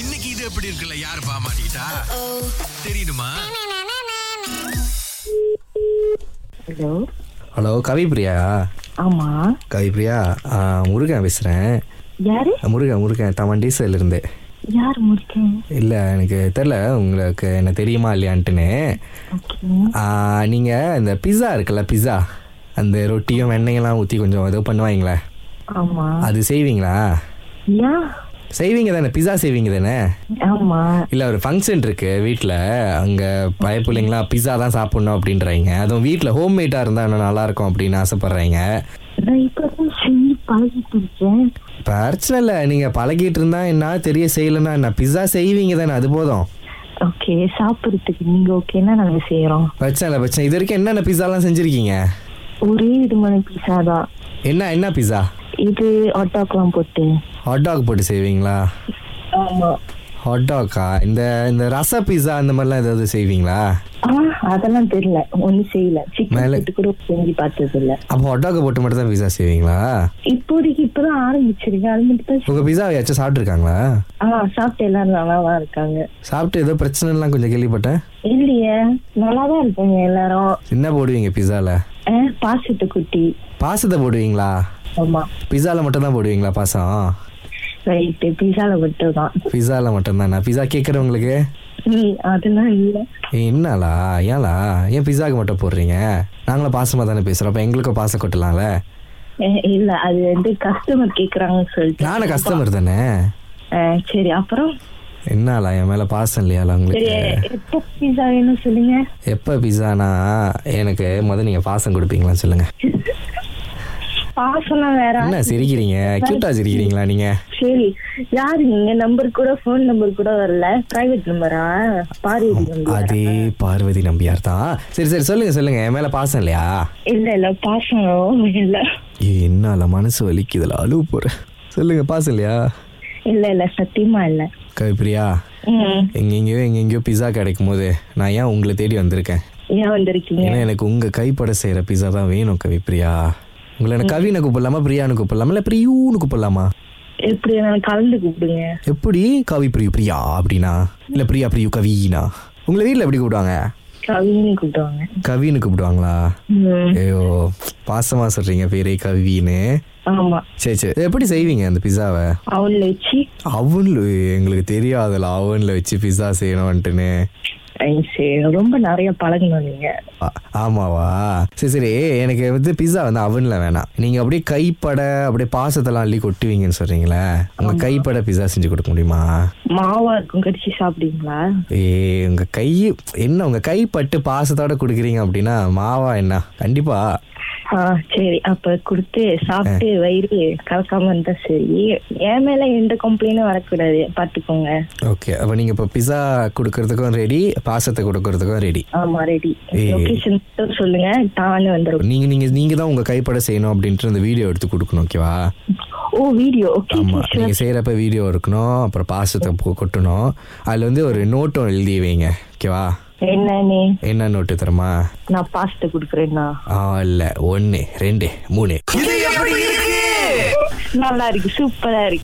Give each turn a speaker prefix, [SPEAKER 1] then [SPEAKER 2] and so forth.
[SPEAKER 1] இன்னைக்கு இது எப்படி இருக்குல்ல யார் பாமாட்டா தெரியுமா
[SPEAKER 2] ஹலோ
[SPEAKER 3] ஹலோ கவிப்ரியா
[SPEAKER 2] ஆமா
[SPEAKER 3] கவிப்ரியா ஆ, முருகன் பேசுகிறேன்
[SPEAKER 2] யாரு
[SPEAKER 3] முருகன் முருகன் தமன் டீசர்லேருந்து
[SPEAKER 2] யார் முடிக்கேன்
[SPEAKER 3] இல்லை எனக்கு தெரில உங்களுக்கு என்ன தெரியுமா இல்லையான்ட்டுன்னு
[SPEAKER 2] ஓகே
[SPEAKER 3] நீங்கள் இந்த பிஸா இருக்குல்ல பிஸா அந்த ரொட்டியும் வெண்ணெயெல்லாம் ஊற்றி கொஞ்சம் ஏதோ பண்ணுவாங்களே
[SPEAKER 2] ஆமா
[SPEAKER 3] அது செய்வீங்களா
[SPEAKER 2] யா
[SPEAKER 3] செய்வீங்க தானே பிஸா செய்வீங்க தானே
[SPEAKER 2] ஆமா
[SPEAKER 3] இல்லை ஒரு ஃபங்க்ஷன் இருக்குது வீட்டில் அங்கே பய பிள்ளைங்களாம் பிஸா தான் சாப்பிட்ணும் அப்படின்றாங்க அதுவும் வீட்டில் ஹோம்மேடாக இருந்தால் இன்னும் நல்லாயிருக்கும் அப்படின்னு ஆசைப்பட்றாங்க
[SPEAKER 2] நான் இப்பதான் சொல்லி பழகிட்டு இருக்கேன்
[SPEAKER 3] பிரச்சனை இல்லை நீங்கள் பழகிட்டு இருந்தா என்ன தெரிய செய்யலைன்னா என்ன பிஸ்ஸா செய்வீங்க தானே அது போதும்
[SPEAKER 2] ஓகே சாப்பிடுறதுக்கு நீங்க ஓகேன்னா நாங்க செய்யறோம்
[SPEAKER 3] பிரச்சனை இல்லை பிரச்சனை இது வரைக்கும் என்னென்ன பிஸ்ஸாலாம் செஞ்சுருக்கீங்க
[SPEAKER 2] ஒரே விதமான பீஸா தான்
[SPEAKER 3] என்ன என்ன பிஸ்ஸா
[SPEAKER 2] இது ஆட்டோக்கெல்லாம் போட்டு
[SPEAKER 3] ஹாட் டாக் போட்டு செய்வீங்களா
[SPEAKER 2] ஆமா
[SPEAKER 3] ஹாட் டாக்கா இந்த இந்த ரச பிஸ்ஸா அந்த மாதிரிலாம் ஏதாவது செய்வீங்களா
[SPEAKER 2] ஆ அதெல்லாம் தெரியல ஒண்ணும் செய்யல
[SPEAKER 3] மேல-
[SPEAKER 2] சிக்கன் கூட செஞ்சு பார்த்தது இல்ல
[SPEAKER 3] அப்போ ஹாட் டாக்கை போட்டு மட்டும் தான் பிஸ்ஸா செய்வீங்களா
[SPEAKER 2] இப்போதைக்கு இப்பதான் ஆரம்பிச்சிருக்கேன் அது மட்டும் தான்
[SPEAKER 3] உங்கள் பிஸ்ஸா யாச்சும் சாப்பிட்ருக்காங்களா
[SPEAKER 2] ஆ சாப்பிட்டு எல்லாரும் நல்லாதான் இருக்காங்க
[SPEAKER 3] சாப்பிட்டு ஏதோ பிரச்சனைலாம் கொஞ்சம் கேள்விப்பட்டேன்
[SPEAKER 2] இல்லையே நல்லாதான் இருக்காங்க எல்லாரும்
[SPEAKER 3] என்ன போடுவீங்க பிஸ்ஸாவில்
[SPEAKER 2] ஆ, பாசத்தை குட்டி
[SPEAKER 3] பாசத்தை போடுவீங்களா
[SPEAKER 2] ஆமா
[SPEAKER 3] பிஸ்ஸாவில் மட்டும் தான் போடுவீங்களா பாசம்
[SPEAKER 2] ரைட்டு பீஸால விட்டுதான்
[SPEAKER 3] பிஸ்ஸாவில் மட்டும்தானா பிஸ்ஸா கேட்குறவங்களுக்கு
[SPEAKER 2] ம் அதெல்லாம் இல்ல
[SPEAKER 3] ஏய், என்னலா ஏன்லா ஏன் பிஸாக்கு மட்டும் போடுறீங்க நாங்களும் பாசமாக தானே பேசுகிறோம் அப்போ எங்களுக்கும் பாசம் கொட்டலாம்ல
[SPEAKER 2] அஹ் இல்ல அது வந்து கஸ்டமர் கேக்குறாங்கன்னு சொல்லிட்டு
[SPEAKER 3] நானும் கஸ்டமர் தானே
[SPEAKER 2] அஹ் சரி அப்புறம்
[SPEAKER 3] என்னலா என் மேலே பாசம் இல்லையால
[SPEAKER 2] சரி
[SPEAKER 3] உங்களுக்கு
[SPEAKER 2] எப்போ பீஸா வேணும் சொல்லுங்க
[SPEAKER 3] எப்போ பிஸானா எனக்கு முத நீங்கள் பாசம் கொடுப்பீங்களான்னு சொல்லுங்கள்
[SPEAKER 2] பாசம்லாம் வேற
[SPEAKER 3] என்ன சிரிக்கிறீங்க க்யூட்டாக சிரிக்கிறீங்களா நீங்கள்
[SPEAKER 2] சரி யாரு நீங்க நம்பர் கூட ஃபோன் நம்பர் கூட வரல பிரைவேட் நம்பரா பாரு
[SPEAKER 3] அதே பார்வதி நம்பியார் தான் சரி சரி சொல்லுங்கள் சொல்லுங்கள் என் மேலே பாசம் இல்லையா
[SPEAKER 2] இல்ல இல்ல பாசம் இல்ல
[SPEAKER 3] ஏய், என்னால மனசு வலிக்குதுல அழுவ போகிறேன் சொல்லுங்கள் பாசம் இல்லையா
[SPEAKER 2] இல்ல இல்ல சத்தியமா இல்ல
[SPEAKER 3] கவிப்பிரியா
[SPEAKER 2] ம்
[SPEAKER 3] எங்கெங்கேயோ எங்கெங்கேயோ பிஸா கிடைக்கும் போது நான் ஏன் உங்களை தேடி வந்திருக்கேன்
[SPEAKER 2] ஏன் வந்திருக்கீங்க
[SPEAKER 3] ஏன்னா எனக்கு உங்க கைப்பட செய்யற பிஸா தான் வேணும் கவி பிரியா உங்களை எனக்கு கவினை கூப்பிடலாமா பிரியான்னு கூப்பிடலாமா இல்ல பிரியூன்னு கூப்பிடலாமா
[SPEAKER 2] எப்படி நான் கலந்து கூப்பிடுங்க
[SPEAKER 3] எப்படி கவி பிரியு பிரியா அப்படின்னா இல்ல பிரியா பிரியு கவினா உங்களை வீட்ல எப்படி கூப்பிடுவாங்க
[SPEAKER 2] கவின்னு கூப்பிடுவாங்க
[SPEAKER 3] கவின்னு கூப்பிடுவாங்களா
[SPEAKER 2] ம்
[SPEAKER 3] ஐயோ பாசமா சொல்றீங்க பேரே கவின்னு
[SPEAKER 2] ஆமா
[SPEAKER 3] சரி சரி எப்படி செய்வீங்க அந்த பிஸாவை
[SPEAKER 2] அவன்ல வச்சு
[SPEAKER 3] அவன்ல எங்களுக்கு தெரியாதுல அவன்ல வச்சு பிஸா செய்யணும்ட்டுன்னு
[SPEAKER 2] ஐ, சரி, ரொம்ப நிறைய பழகணும் நீங்க
[SPEAKER 3] ஆ- ஆமாவா சரி சரி எனக்கு வந்து பிஸா வந்து அவன்ல வேணாம் நீங்க அப்படியே கைப்பட அப்படியே பாசத்தெல்லாம் அள்ளி கொட்டுவீங்கன்னு சொல்றீங்களே உங்க கைப்பட பிஸா செஞ்சு கொடுக்க முடியுமா
[SPEAKER 2] மாவா இருக்கும் கடிச்சு சாப்பிடுவீங்களா
[SPEAKER 3] ஏ உங்க கை என்ன உங்க கைப்பட்டு பாசத்தோட கொடுக்குறீங்க அப்படின்னா மாவா என்ன கண்டிப்பா
[SPEAKER 2] ஆ சரி அப்ப கொடுத்து சாப்பிட்டு வயிறு கலக்காம இருந்தா சரி என் மேல எந்த கம்ப்ளைண்டும் வரக்கூடாது பாத்துக்கோங்க
[SPEAKER 3] ஓகே அப்ப நீங்க இப்ப பிஸா கொடுக்கறதுக்கும் ரெடி பாசத்தை கொடுக்கறதுக்கும் ரெடி
[SPEAKER 2] ஆமா ரெடி
[SPEAKER 3] ஏய்.
[SPEAKER 2] லொகேஷன் மட்டும் சொல்லுங்க தானே வந்துடும்
[SPEAKER 3] நீங்க நீங்க நீங்க தான் உங்க கைப்பட செய்யணும் அப்படின்ட்டு இந்த வீடியோ எடுத்து கொடுக்கணும் ஓகேவா
[SPEAKER 2] ஓ வீடியோ ஓகே
[SPEAKER 3] ஆமா நீங்க செய்யறப்ப வீடியோ இருக்கணும் அப்புறம் பாசத்தை கொ- கொட்டணும் அதுல வந்து ஒரு நோட்டும் எழுதி வைங்க ஓகேவா
[SPEAKER 2] என்னன்னு
[SPEAKER 3] என்ன நோட்டு தருமா
[SPEAKER 2] நான் பாஸ்தா குடுக்குறேன்னா
[SPEAKER 3] ஆ இல்லை ஒன்று ரெண்டு மூணு
[SPEAKER 1] இது எப்படி இருக்கு
[SPEAKER 2] நல்லா இருக்கு சூப்பரா இருக்கு